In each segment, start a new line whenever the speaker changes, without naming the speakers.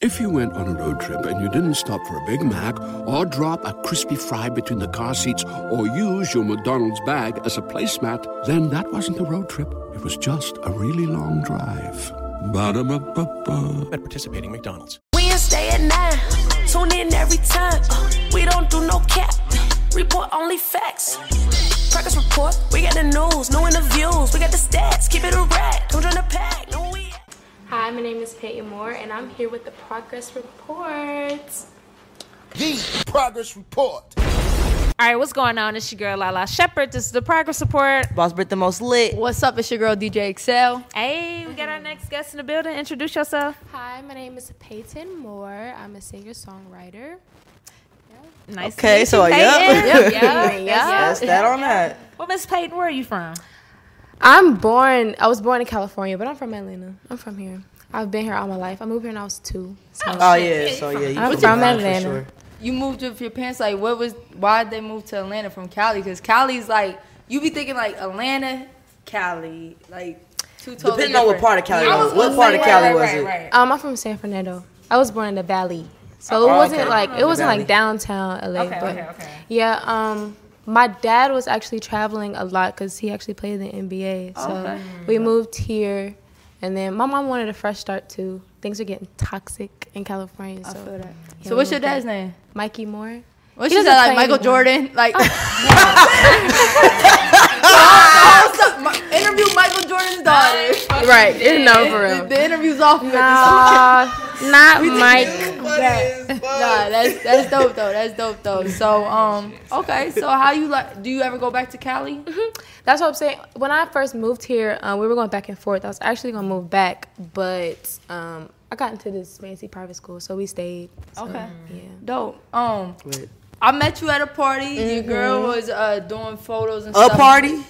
If you went on a road trip and you didn't stop for a Big Mac or drop a crispy fry between the car seats or use your McDonald's bag as a placemat, then that wasn't a road trip. It was just a really long drive. Ba-da-ba-ba-ba.
At participating McDonald's.
Wednesday at nine. Tune in every time. Uh, we don't do no cap. Report only facts. Crackers report. We got the news, new interviews. We got the stats. Keep it a rat. Don't join the pack. No, we.
Hi, my name is Peyton Moore, and I'm here with the progress report.
The Progress Report.
All right, what's going on? It's your girl Lala Shepherd. This is the progress report.
Boss Brit the most lit.
What's up? It's your girl DJ Excel.
Hey, we got our next guest in the building. Introduce yourself.
Hi, my name is Peyton Moore. I'm a singer songwriter.
Nice. to
Okay,
meet you,
so,
Peyton.
yep.
yep.
That's that on that.
Well, Miss Peyton, where are you from?
I'm born, I was born in California, but I'm from Atlanta. I'm from here. I've been here all my life. I moved here when I was two. So
Oh yeah, so yeah, you
I'm
from
from
Atlanta for
Atlanta.
sure.
You moved with your parents. Like, what was? Why did they move to Atlanta from Cali? Because Cali's like you be thinking like Atlanta, Cali, like two totally
Depending on what
different-
part of Cali,
I
was,
was
what
gonna
part
say,
of
right,
Cali
right,
was
right,
it?
right.
um, I'm from San Fernando. I was born in the Valley, so it
Oh,
wasn't
okay.
like it wasn't
Valley.
like downtown LA.
Okay,
but
okay, okay.
Yeah, um, my dad was actually traveling a lot because he actually played in the NBA. So we moved here, and then my mom wanted a fresh start too. Things are getting toxic in California. So I feel that.
So what's your dad's name?
Mikey Moore.
What's
He
your
doesn't
dad
play
like? Michael
anymore.
Jordan? Like. Oh, so my- Interview Michael Jordan's daughter.
Right, it's no for
The, the interview's off. with this.
Uh, not Mike.
Nah, that's that's dope though. That's dope though. So um, okay. So how you like? Do you ever go back to Cali?
That's what I'm saying. When I first moved here, um, we were going back and forth. I was actually gonna move back, but um, I got into this fancy private school, so we stayed. So,
Okay.
Yeah.
Mm-hmm.
Dope. Um,
Wait.
I met you at a party. Your girl was uh doing photos and
Mm-hmm. A
stuff.
party,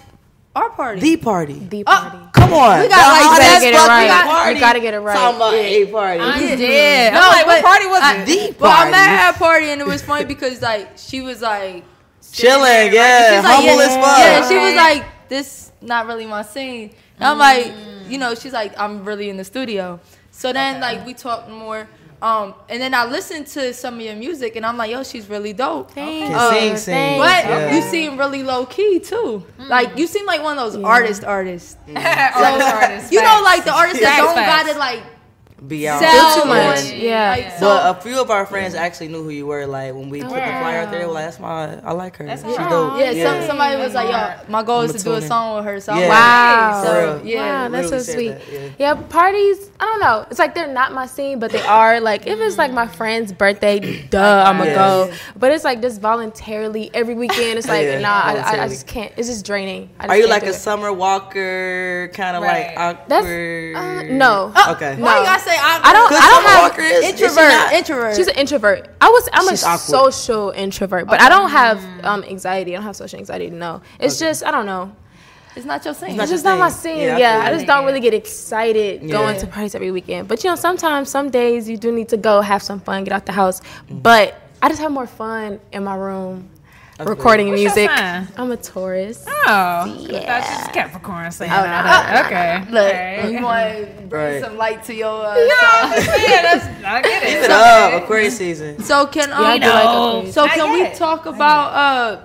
Our party.
the party.
The
Oh,
party.
Come on,
We got, like,
hottest
get it
fucking
right. We
party.
gotta get it right.
Talking about a party.
yeah.
Mm-hmm.
Yeah.
No,
I'm like, what
but
party was
I-
it?
The
Well, I
party.
met her at a party and it was funny because like she was like
Chilling, yeah,
she's like,
humble
yeah,
as fuck.
Yeah, she was like, this not really my scene. And I'm like,
Mm.
you know, she's like, I'm really in the studio. So then like we talked more. Um, and then I listened to some of your music and I'm like, yo, she's really dope.
Can
Uh,
sing, sing.
But
Yeah.
you seem really low key too. Like you seem like one of those artist artists. You know, like the artists that
Facts,
don't
facts.
gotta like
Be out.
sell
too much.
on,
Yeah.
like, so-
But a few of our friends actually knew who you were. Like when we put the flyer out there, they were like, "That's my, I like her. She's dope."
Yeah, Some, somebody was like, "Yo, my goal is
I'ma
to do a
tune in.
song with her." So
Yeah.
I'm
Wow.
like, so,
For real.
yeah,
Wow, that's so
literally said
sweet.
that,
yeah. parties. I don't know. It's like they're not my scene, but they are. Like if it's like my friend's birthday, duh, I'ma
Mm-hmm. Yeah.
go. But it's like just voluntarily every weekend. It's like
Yeah,
nah, I, I, I
voluntarily.
just can't. It's just draining. I just
Are you
can't
like
do
a
it.
summer walker kind of
Right.
like awkward?
uh, no.
okay.
Why you gotta say I,
I don't.
Good
I don't
summer
have
Oh, walker is- is she
introvert?
not-
introvert.
She's an introvert. I was. I'm
She's
a
awkward.
social introvert, but I don't have um anxiety. I don't have social anxiety. No, it's just I don't know.
it's not your thing.
It's
your
just not my
thing.
scene.
Yeah,
Yeah, I,
I feel you.
just don't really get excited
Yeah.
going to parties every weekend. But you know, sometimes some days you do need to go have some fun, get out the house.
Mm.
But I just have more fun in my room, recording
What's your
music.
sign?
I'm a Taurus.
Oh, yeah. I thought she was Capricorn saying all that. Okay.
Look,
Okay.
you want to bring
Right.
some light to your. Uh,
No,
song.
I'm just saying, that's- I get
Keep
it.
it up, Aquarius season.
So can um,
I do like Aquarius.
so
Not
can we
yet.
talk about uh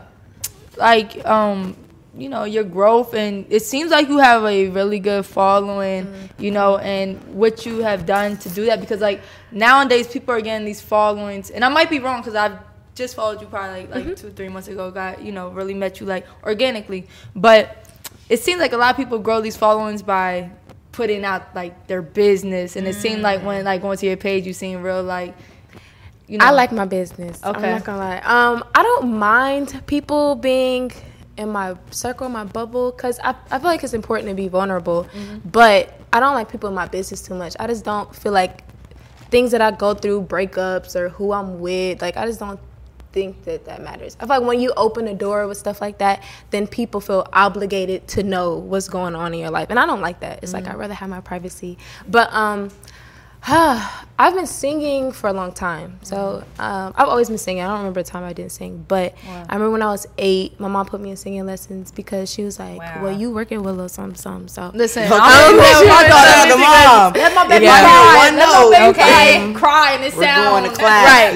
like um you know your growth and it seems like you have a really good following you know and what you have done to do that because like nowadays people are getting these followings and I might be wrong because I've just followed you probably like, like two three months ago got you know really met you like organically but it seems like a lot of people grow these followings by putting out like their business and it seemed like when like going to your page you seen real like you know
I like my business. I'm
Okay.
not gonna lie. Um, I don't mind people being in my circle, my bubble, because I, I feel like it's important to be vulnerable.
Mm-hmm.
But I don't like people in my business too much. I just don't feel like things that I go through, breakups or who I'm with, like I just don't think that that matters. I feel like when you open a door with stuff like that, then people feel obligated to Mm-hmm. know what's going on in your life, and I don't like that. It's like I'd rather have my privacy. But um, I've been singing for a long time. So um, I've always been singing. I don't remember a time I didn't sing. But I remember when I was eight, my mom put me in singing lessons because she was like, well, you working with Lil Something Something. So
Listen, I'm
I'm the mom.
Let my
You
baby
gotta
cry.
hear one
Let my baby
note.
cry. Cry in the
We're
sound.
going to class.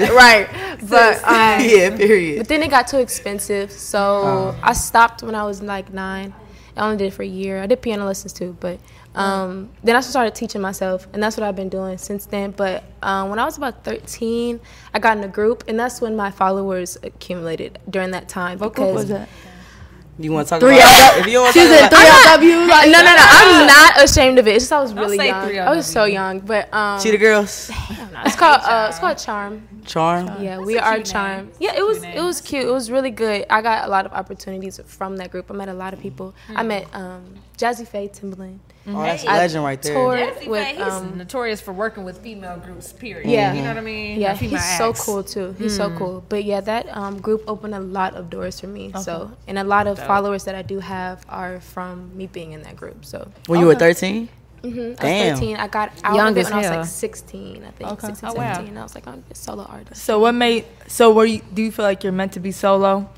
right, right. But um,
yeah, period.
But then it got too expensive,
Uh.
so I stopped when I was like nine. I only did it for a year. I did piano lessons too, but
Uh.
um, then I started teaching myself, and that's what I've been doing since then. But um, when I was about 13, I got in a group, and that's when my followers accumulated during that time.
What group was
because-
that?
You want to talk about that? If you want to
She
talk
said
about
three LW. Like,
No, no, no. I'm not ashamed of it. It's just I was really
say
young.
three
I was
of
so young, but um,
Cheetah Girls,
it's called uh, it's called Charm.
Charm. Oh,
Yeah, we are charmed. Yeah, it was it was cute. It was really good. I got a lot of opportunities from that group. I met a lot of people. I
Mm.
met um, Jazzy Faye Timberland.
Oh, that's a
I
legend right there.
toured
Jesse
with,
Faye, he's
um,
notorious for working with female groups. Period.
Yeah.
you know what I mean.
yeah,
Or female
he's so
acts.
cool too. He's
Mm.
so cool. But yeah, that um, group opened a lot of doors for me. So and a lot of followers that I do have are from me being in that group. So
When you were 13?
I was
Damn.
13. I got out
Young
of it
as
when I was
hell.
like 16. I think 16,
Oh, wow.
17. I was like, I'm a solo artist.
So what made? So were you? Do you feel like you're meant to be solo?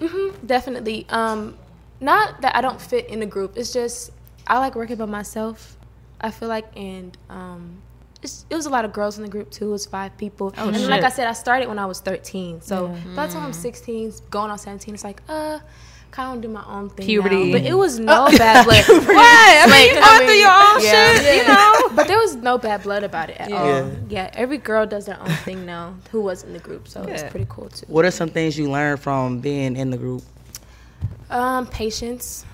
Definitely. Um, not that I don't fit in a group. It's just I like working by myself. I feel like, and um, it's, it was a lot of girls in the group too. It was five people. and then, like I said, I started when I was 13. So by the time I'm 16, going on 17, it's like, uh, kind of do my own thing. now.
Puberty.
But it was no bad blood. what?
Uh, I mean, you going
mean,
through your own
yeah.
shit, you know.
But there was no bad blood about it at
Yeah.
all. Yeah, every girl does their own thing now who was in the group. So it's
Good.
pretty cool too.
What are some things you learned from being in the group?
Um, patience.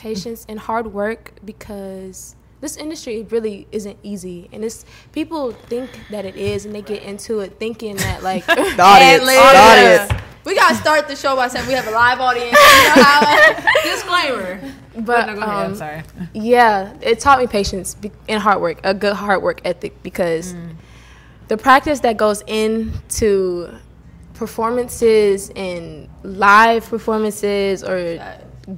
Patience and hard work because this industry really isn't easy, and it's people think that it is, and they get into it thinking that like
The audience. The audience.
We gotta start the show by saying we have a live audience. You know how-
Disclaimer.
But
No, go ahead. I'm
um,
sorry.
yeah, it taught me patience be- and hard work, a good hard work ethic because
Mm.
the practice that goes into performances and live performances or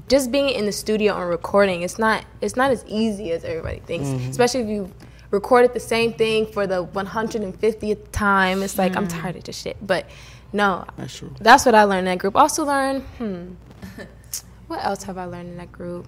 just being in the studio and recording, it's not it's not as easy as everybody thinks,
Mm-hmm.
especially if you recorded the same thing for the 150th time. It's like
Mm.
I'm tired of this shit, but no,
That's true.
that's what I learned in that group. Also learned, hmm, what else have I learned in that group?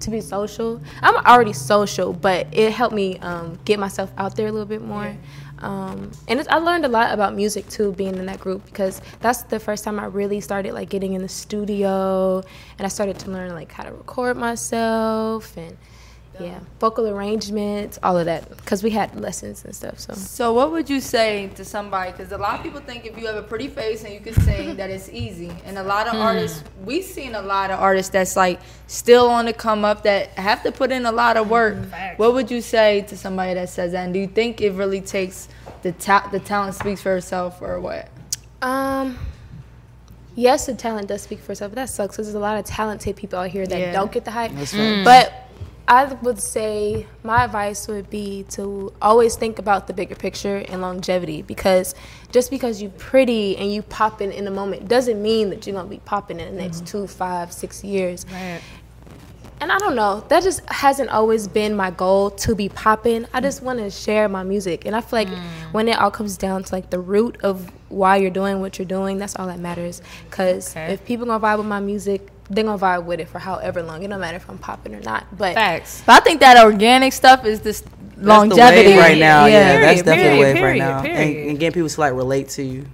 To be social. I'm already social, but it helped me um, get myself out there a little bit more. Um, and it's, I learned a lot about music too, being in that group because that's the first time I really started like getting in the studio, and I started to learn like how to record myself and yeah, vocal arrangements, all of that because we had lessons and stuff. So
so what would you say to somebody? Because a lot of people think if you have a pretty face and you can sing, that it's easy. And a lot of artists, we've seen a lot of artists that's like still on the come up that have to put in a lot of work. What would you say to somebody that says that? And do you think it really takes the ta- the talent speaks for itself or what?
Um. Yes, the talent does speak for itself, but that sucks because there's a lot of talented people out here that
Yeah.
don't get the hype. But I would say my advice would be to always think about the bigger picture and longevity because just because you're pretty and you popping in a moment doesn't mean that you're gonna be popping in the next two, five, six years. And I don't know, that just hasn't always been my goal to be popping. I just want to share my music. And I feel like
Mm.
when it all comes down to like the root of why you're doing what you're doing, that's all that matters. Because
Okay.
if people gonna vibe with my music, they're gonna vibe with it for however long. It don't matter if I'm popping or not. But
Facts.
But I think that organic stuff is this
That's the
longevity
wave right now. Yeah,
Period,
that's definitely
period,
the wave right
period,
now. And,
period.
and getting people to like relate to you.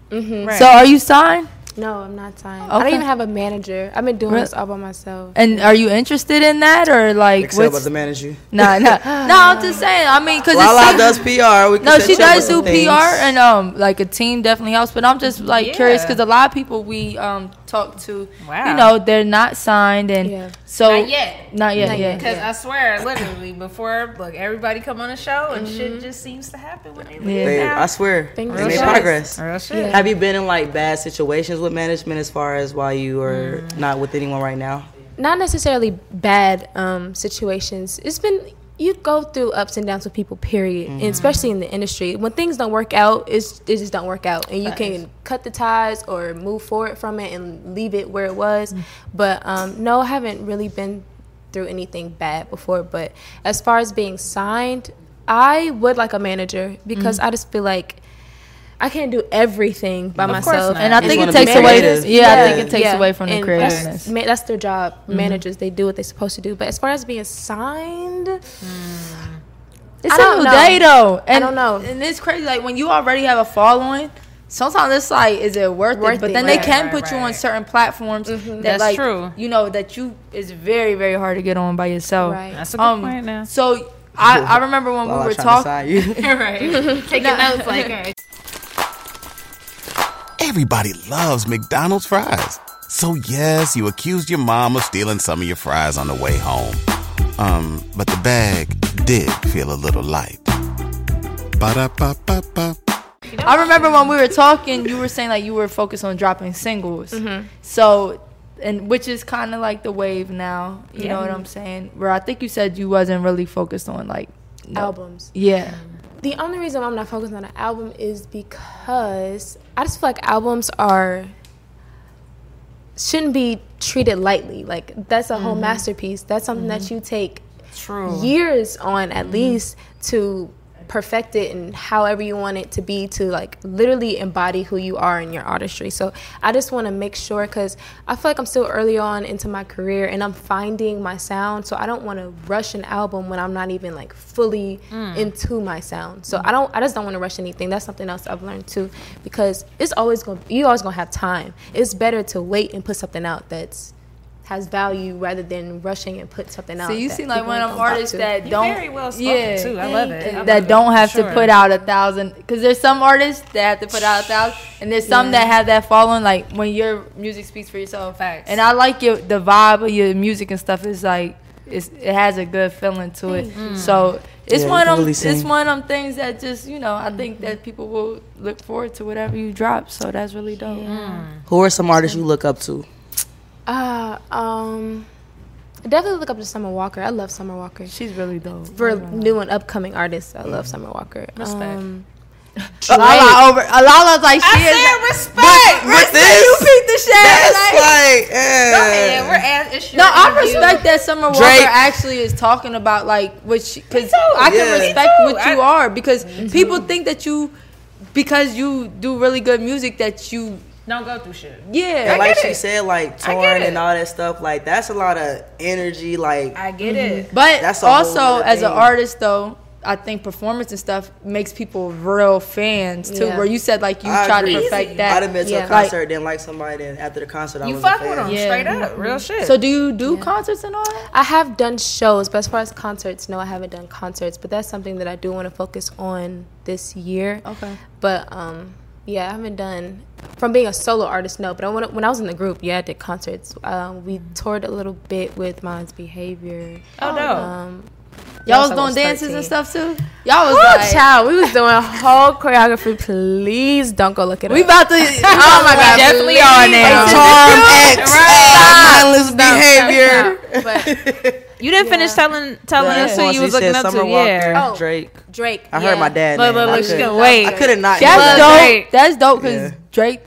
So are you signed?
no, I'm not signed. I don't
Okay.
even have a manager. I've been doing
Re-
this all by myself.
And are you interested in that or like
Excel about
what's
the manager.
Nah, nah. no, I'm just saying. I mean, because
Lala does PR. We can
no,
set
she
you up
does
with
do
some
PR,
things.
and um, like a team definitely helps. But I'm just like curious
Yeah.
because a lot of people we um talk to,
Wow.
you know, they're not signed, and
Yeah.
so
Not yet.
not yet,
Not
yeah.
yet.
Because I swear, literally, before look, everybody come on the show and shit just seems to happen when they leave.
They-
now.
I swear, they
Fingers
made
crossed.
progress.
Real shit.
Have you been in like bad situations with management as far as why you are
Mm.
not with anyone right now?
not necessarily bad um, situations. It's been you go through ups and downs with people, period, and especially in the industry. When things don't work out, it's, it just don't work out, and you can cut the ties or move forward from it and leave it where it was. But um, no, I haven't really been through anything bad before. But as far as being signed, I would like a manager because I just feel like I can't do everything by myself.
And I
You
think it
wanna be
takes away.
creative.
Yeah, I think it takes away from the
And
creativeness. Mm-hmm.
That's, ma- that's their job. Managers, they do what they're supposed to do. But as far as being signed,
It's
I
a
don't
new
know.
day though. And,
don't know.
And it's crazy. Like when you already have a following, sometimes it's like, is it worth, it?
Worth
But
it.
then
Right, Mm-hmm.
they can
right,
put you on
right.
certain platforms that
That's
like
true.
you know that you is very, very hard to get on by yourself. Um,
Right.
That's a good point now.
So I, I remember when
While
we
I'm
were
trying to
talking
sign you.
right. Taking notes like her.
Everybody loves McDonald's fries. So yes, you accused your mom of stealing some of your fries on the way home. Um, but the bag did feel a little light. Ba-da-ba-ba-ba.
I remember when we were talking, you were saying like you were focused on dropping singles.
Mm-hmm.
So, and which is kind of like the wave now. You know what I'm saying? Where I think you said you wasn't really focused on like no-
albums.
Yeah.
The only reason why I'm not focused on an album is because I just feel like albums are shouldn't be treated lightly. Like that's a whole masterpiece. That's something that you take
True.
years on at least to perfect it and however you want it to be to like literally embody who you are in your artistry. So I just want to make sure cuz I feel like I'm still early on into my career and I'm finding my sound. So I don't want to rush an album when I'm not even like fully
Mm.
into my sound. So I don't I just don't want to rush anything. That's something else I've learned too because it's always going to you always going to have time. It's better to wait and put something out that's has value rather than rushing and put something out.
So you
that
seem like
people
one
ain't
of them
gonna pop
artists
to.
that don't
very well spoken, too. I love it. I love
that
it,
don't
for
have
sure.
to put out a thousand because there's some artists that have to put out a thousand, and there's some that have that following. Like when your music speaks for yourself,
Facts.
and I like your the vibe of your music and stuff. Is like it's, it has a good feeling to it.
Mm-hmm.
So it's
Yeah,
one
you can
of them,
really
it's
sing.
one of them things that just you know I think
Mm-hmm.
that people will look forward to whatever you drop. So that's really dope.
Who are some artists you look up to?
Uh, um, I definitely look up to Summer Walker. I love Summer Walker.
She's really dope.
For new and upcoming artists, I love Summer Walker.
Respect.
Um,
Alala over Alala's like she
I
is.
said respect.
What's
respect.
this?
Peep the shit,
That's
like-
like,
Go
eh.
ahead. We're as it's your
No, I
interview.
respect that Summer Walker
Drake.
actually is talking about like what she because
too.
I can
Yeah. Me
respect
too.
what you
I-
are because people think that you because you do really good music that you
Don't go through shit.
yeah
And like
get
she
it.
said, like
I get
touring
it.
and all that stuff, like that's a lot of energy. Like
I get it.
But
That's a whole
also
nother
as an
thing.
artist though, I think performance and stuff makes people real fans too.
Yeah.
Where you said like you
I
try
agree.
to perfect that.
I'd have been to
yeah.
a
Like-
concert, didn't like somebody, then after the concert, I
You
was
fuck
a
with them
fan.
Yeah.
straight up. Real shit.
so do you do concerts and all that?
I have done shows, but as far as concerts, no, I haven't done concerts. But that's something that I do want to focus on this year.
Okay.
But um, yeah, I haven't done from being a solo artist. No, but I wanna, when I was in the group, yeah, I did concerts. Um, we toured a little bit with Mine's Behavior.
oh no.
Um,
Y'all
Yes,
was
I
doing
was
dances
13.
and stuff too. Y'all was
Oh,
like
child, we was doing whole choreography. Please don't go look it
we
up.
about to. oh my god,
definitely
are
are now.
now.
Tom X, uh, mindless behavior.
You didn't finish telling telling
The
us who
influence
you was
said
looking up
Summer
to.
Walker,
Yeah.
Oh.
Drake.
Drake.
I heard my dad.
Look,
name.
look,
I
look. She
could-
gonna wait.
I could have not.
That's
Love
dope.
Drake.
That's dope because
Yeah.
Drake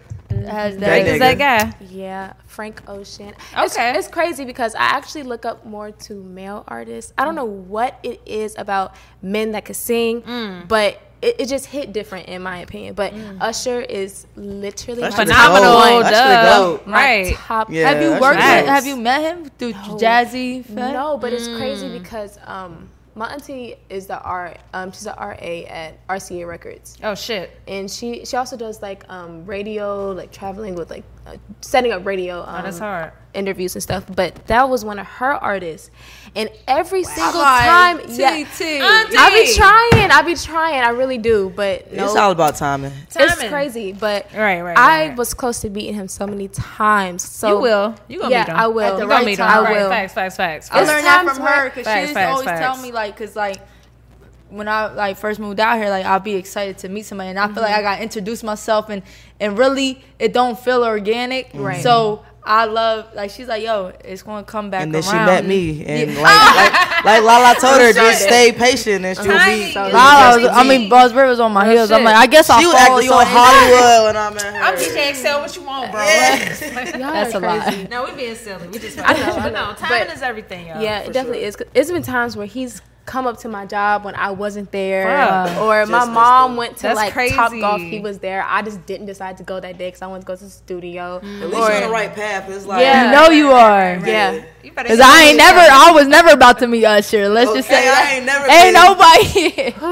has that.
Drake
Oh, Is that
nigga.
guy?
Yeah, Frank Ocean.
Okay.
It's, it's crazy because I actually look up more to male artists. I don't know what it is about men that can sing, but it, it just hit different in my opinion. But Usher is literally
That's
my
the
top-
Phenomenal.
goat. That's the
duh.
goat.
my
Right.
top
Yeah,
have you
that's
worked?
nice.
With, have you met him through Jazzy? Fat?
No, but it's crazy because um, my auntie is the R. Um, she's a RA at RCA Records,
Oh shit.
and she she also does like um, radio, like traveling with like uh, setting up radio. Um,
That's hard.
interviews and stuff. But that was one of her artists, and every single time,
T,
yeah,
T.
I be trying, I be trying, I really do, but no.
It's all about timing.
It's
timing.
crazy, but
Right, right,
I
right.
was close to beating him so many times. So
You will. You gonna
yeah,
meet him.
I will.
At the
You
You gonna
gonna
right
meet him.
I
Right.
will.
Facts, facts, facts.
I
It's
learned that
times
from
where-
her because she
Facts,
used to
facts,
always tell
facts.
me like, cause like when I like first moved out here, like I'll be excited to meet somebody, and I feel like I got to introduce myself, and and really it don't feel organic. Right. So I love like she's like, yo, it's gonna come back.
And then she
around.
met me, and
Yeah.
like, like, like Lala told her, just stay patient, and she'll be.
Timing is
Lala was- Oh, I mean, Buzz Bird was on my heels. I'm
shit.
like, I guess I'll
She was
follow
acting on
somebody.
Hollywood when I met her.
I'm DJ Excel. What you want, bro?
That's a lot.
no, we being silly. We just. I know. I know. Timing is everything, y'all.
Yeah, it definitely is. 'Cause It's been times where he's come up to my job when I wasn't there,
Fuck.
or my
Just
mom went to
That's
like
crazy.
Top Golf. He was there. I just didn't decide to go that day because I wanted to go to the studio.
Mm.
At least you're on the right path. It's like,
You know you are.
Yeah.
You better
Cause
get
I
your-
ain't never, I was never about to meet Usher. Let's just
Okay,
say,
I
that.
ain't never been.
ain't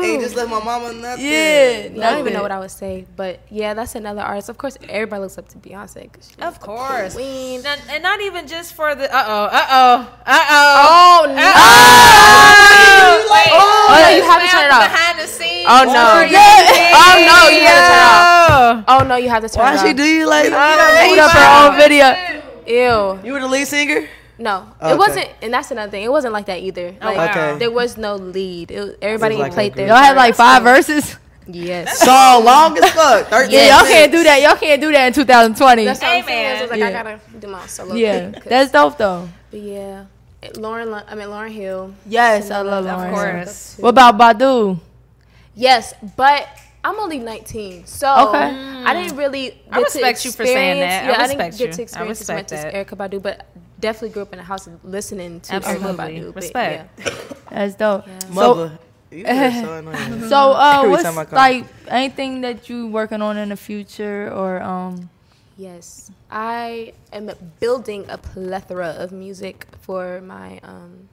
nobody.
Hey, just let my mama nothing.
yeah,
I don't even know what I would say, but yeah, that's another artist. Of course, everybody looks up to Beyonce. 'cause she-
Oh.
Of course.
Queen.
And, and not even just for the uh oh, uh oh, uh oh.
Oh no!
Wait.
Oh, no, you
It's
have to turn it
found
off.
Behind the scenes.
Oh, no.
Or you
Yeah.
can-
Oh, no, you gotta
Yeah.
Oh no, you have to turn it
Why she
off.
do you like
I
that?
pulled up her own video.
Ew.
You were the lead singer?
No,
Okay.
it wasn't, and that's another thing. It wasn't like that either. Like
Okay.
there was no lead. It was, everybody
It was like
played
a
their.
group.
Oh, Y'all had like
parts.
five verses.
Yes.
Song long as fuck. 13
Yeah, y'all
minutes.
can't do that. Y'all can't do that in 2020.
That's what I'm
Hey,
saying.
man.
It was like I
Yeah.
gotta do my own solo.
yeah,
thing, 'cause-
that's dope though.
but yeah. It- Lauren, Lu- I mean Lauren Hill.
Yes, I love
Of
Lauren. Hill.
course.
What about Badu?
Yes, but I'm only 19, so
Okay.
I didn't really. Get
Mm. I respect
to
you for saying
experience-
that. I
Yeah, I,
respect
didn't
you.
get
I
to experience as
respect
much as
that.
Erica Badu, but definitely grew up in a house of listening to Erica
Absolutely.
Badu. but
Respect.
yeah.
That's dope. So,
Mother. you are so annoying.
so uh,
Every
what's
time I call.
like anything that you working on in the future or um?
Yes, I am building a plethora of music for my, um,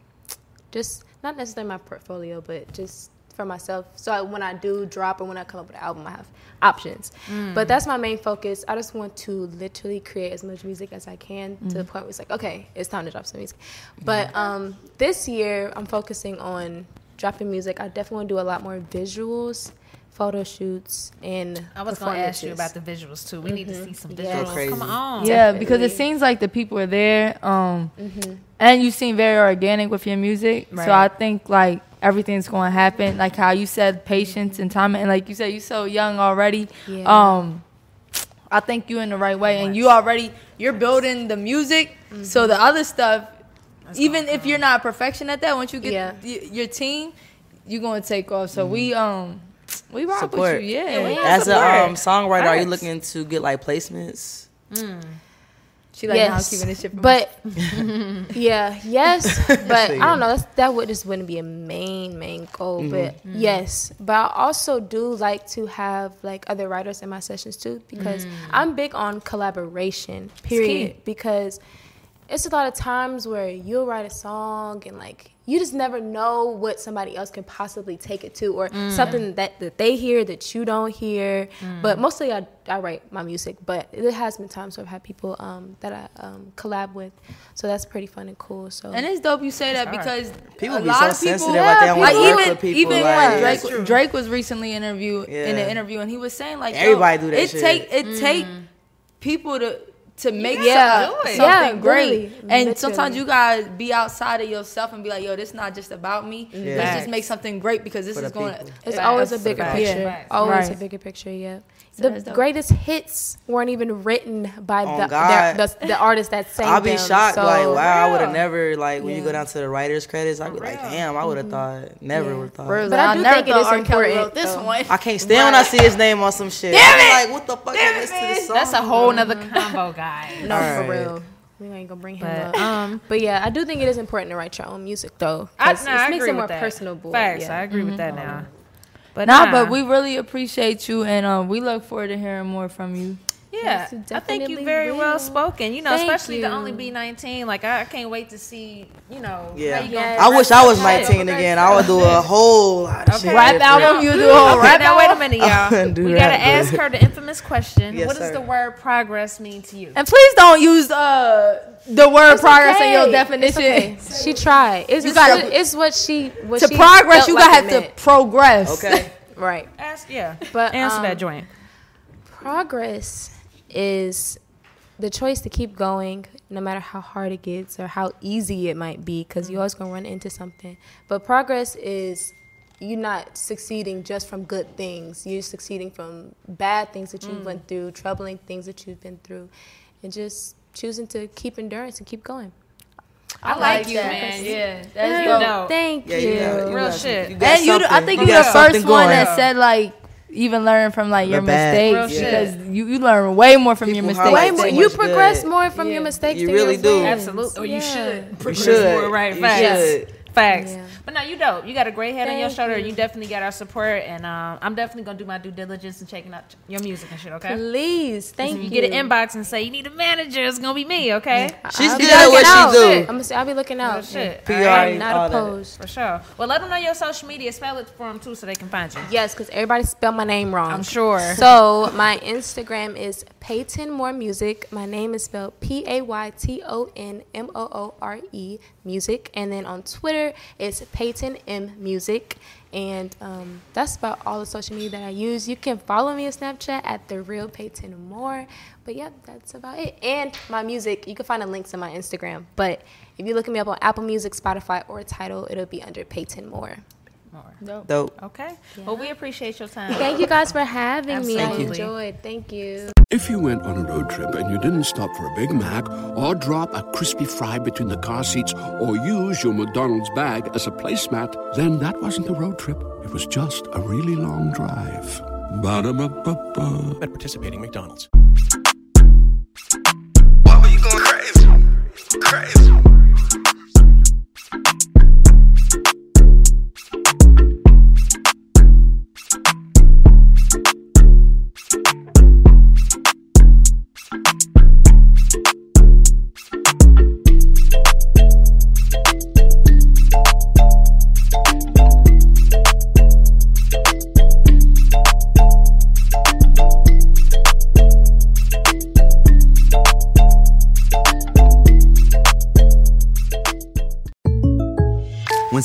just not necessarily my portfolio, but just for myself. So I, when I do drop or when I come up with an album, I have options.
Mm.
But that's my main focus. I just want to literally create as much music as I can to
Mm-hmm.
the point where it's like, okay, it's time to drop some music. But um, this year, I'm focusing on dropping music. I definitely want to do a lot more visuals. Photo shoots and
I was gonna ask you
performances.
about the visuals too. We need to see some
Yes.
visuals.
Crazy.
Come on.
Yeah, because it seems like the people are there. Um, and you seem very organic with your music. So I
Right.
think like everything's going to happen. Like how you said, patience and time, and like you said, you're so young already.
Yeah.
Um, I think you're in the right way, and you already you're building the music. So the other stuff, even if you're not a perfection at that, once you get
Yeah.
y- your team, you're going to take off. So we um we rock
Support.
with you, yeah.
we-
As a
Support.
um, songwriter, are you
Facts.
looking to get like placements?
She like now
Yes,
keeping this shit. for
But yeah, yes, but I don't know. That's, that would just wouldn't be a main main goal.
Mm-hmm.
But yes, but I also do like to have like other writers in my sessions too because
Mm.
I'm big on collaboration. Period. Because it's a lot of times where you'll write a song and like you just never know what somebody else can possibly take it to or
Mm.
something that, that they hear that you don't hear but mostly I, I write my music but it has been times where i've had people um, that i um, collab with so that's pretty fun and cool so
And it's dope you say that because
People
a
be
lot
so
of people,
sensitive, like, they don't
like,
wanna work
even
with people, like-
even when
That's
Drake, Drake was recently interviewed in
Yeah.
an interview, and he was saying like yo,
Everybody do that
It
shit.
take it take people to to make
Mm. Yeah.
some-
Do it.
something
Yeah,
great,
literally,
and sometimes
literally.
you gotta be outside of yourself and be like, yo, this not just about me.
Mm.
Let's just
Facts.
make something great because this
For
is
the
going.
people.
it's
Facts.
always a bigger
Facts.
picture
Yeah.
always a
Right.
bigger picture yeah
that's
the
dope.
greatest hits weren't even written by
Oh,
the,
God.
the, the the artist that sang
I'll be
them,
shocked.
so-
like, wow, I would
Yeah.
have never, like, when you
Yeah.
go down to the writer's credits, I'd be like, damn, I would have thought, never would have thought.
Whereas
But I do
never
think it
thought
is
R. Kelly wrote
important,
this
though.
one.
I can't stand when I see his name on some shit.
Damn
I'm
it!
like, what the fuck? I listen to this song.
That's a whole nother combo, guys.
No,
All
for
right.
real. We ain't gonna bring him
But,
up.
um,
but yeah, I do think it is important to write your own music though.
I,
'cause
no, I
it makes
agree
it more
with that.
personable.
Facts.
yeah.
I agree with that now. But
Nah, but we really appreciate you, and um, we look forward to hearing more from you.
Yeah,
Yes, you
I think you
definitely
very well
will.
spoken. You know,
Thank
especially
you.
to only be nineteen. Like I, I can't wait to see. You know,
Yeah.
how you
Yes.
gonna
I wish I was
progress.
19 again. I would do a whole lot of shit.
Rap
different.
album, you do a whole
Okay,
rap
now
album.
wait a minute,
couldn't
y'all.
do
We
that,
gotta ask
but-
her the infamous question.
Yes,
what does
sir.
the word progress mean to you?
And please don't use uh, the word
It's
progress
okay.
in your
It's
definition.
okay. She tried. It's,
You
it's
gotta-
what- it's what she what
To
she
progress,
felt
you
like it
gotta have to
meant.
progress.
Okay.
right.
Ask, yeah,
But,
answer
um,
that joint.
Progress is the choice to keep going no matter how hard it gets or how easy it might be because you're always going to run into something. But progress is you not succeeding just from good things. You're succeeding from bad things that you
Mm.
have went through, troubling things that you've been through, and just choosing to keep endurance and keep going.
I, like you, man.
Yeah,
You
that's dope.
know,
Thank
Yeah,
you.
you got, you
Real
got-
shit.
You got
And you, I
something.
think
You
you were the
got
first
something
one
going.
that said like even learn from like your
bad.
mistakes
Real
because you, you learn way more from your
People
mistakes.
highlight
Way
so
more,
much
you progress
good.
more from
Yeah.
your mistakes.
You
than your
really do.
wins.
Absolutely, or you
Yeah.
should.
You should.
Right,
You
facts.
should.
Facts.
Yeah.
But no, you dope. You got a great head on your
Thank
shoulder.
you.
You. definitely got our support, and um, I'm definitely gonna do my due diligence and checking out your music and shit. Okay.
Please, thank
you
you.
get an inbox and say you need a manager. It's gonna be me. Okay.
She's
I'll
good
be
at what
looking out.
she do.
I'm gonna say I'll be looking out.
Oh, shit.
PR,
All right,
all
Not
that.
opposed.
For sure. Well, let them know your social media. Spell it for them too, so they can find you.
Yes, because everybody spelled my name wrong.
I'm sure.
So my Instagram is Payton Moore Music. My name is spelled P A Y T O N M O O R E Music, and then on Twitter it's Payton M Music, and um, that's about all the social media that I use. You can follow me on Snapchat at the real Payton Moore. But yep, that's about it. And my music, you can find the links in my Instagram. But if you look me up on Apple Music, Spotify, or Title, it'll be under Payton Moore.
Dope.
Okay. Well, we appreciate your time.
Thank you guys for having
Absolutely.
me. I enjoyed. Thank you.
If you went on a road trip and you didn't stop for a Big Mac or drop a crispy fry between the car seats or use your McDonald's bag as a placemat, then that wasn't a road trip. It was just a really long drive. Ba-da-ba-ba-ba.
at participating McDonald's.
Why were you going crazy? Crazy.
When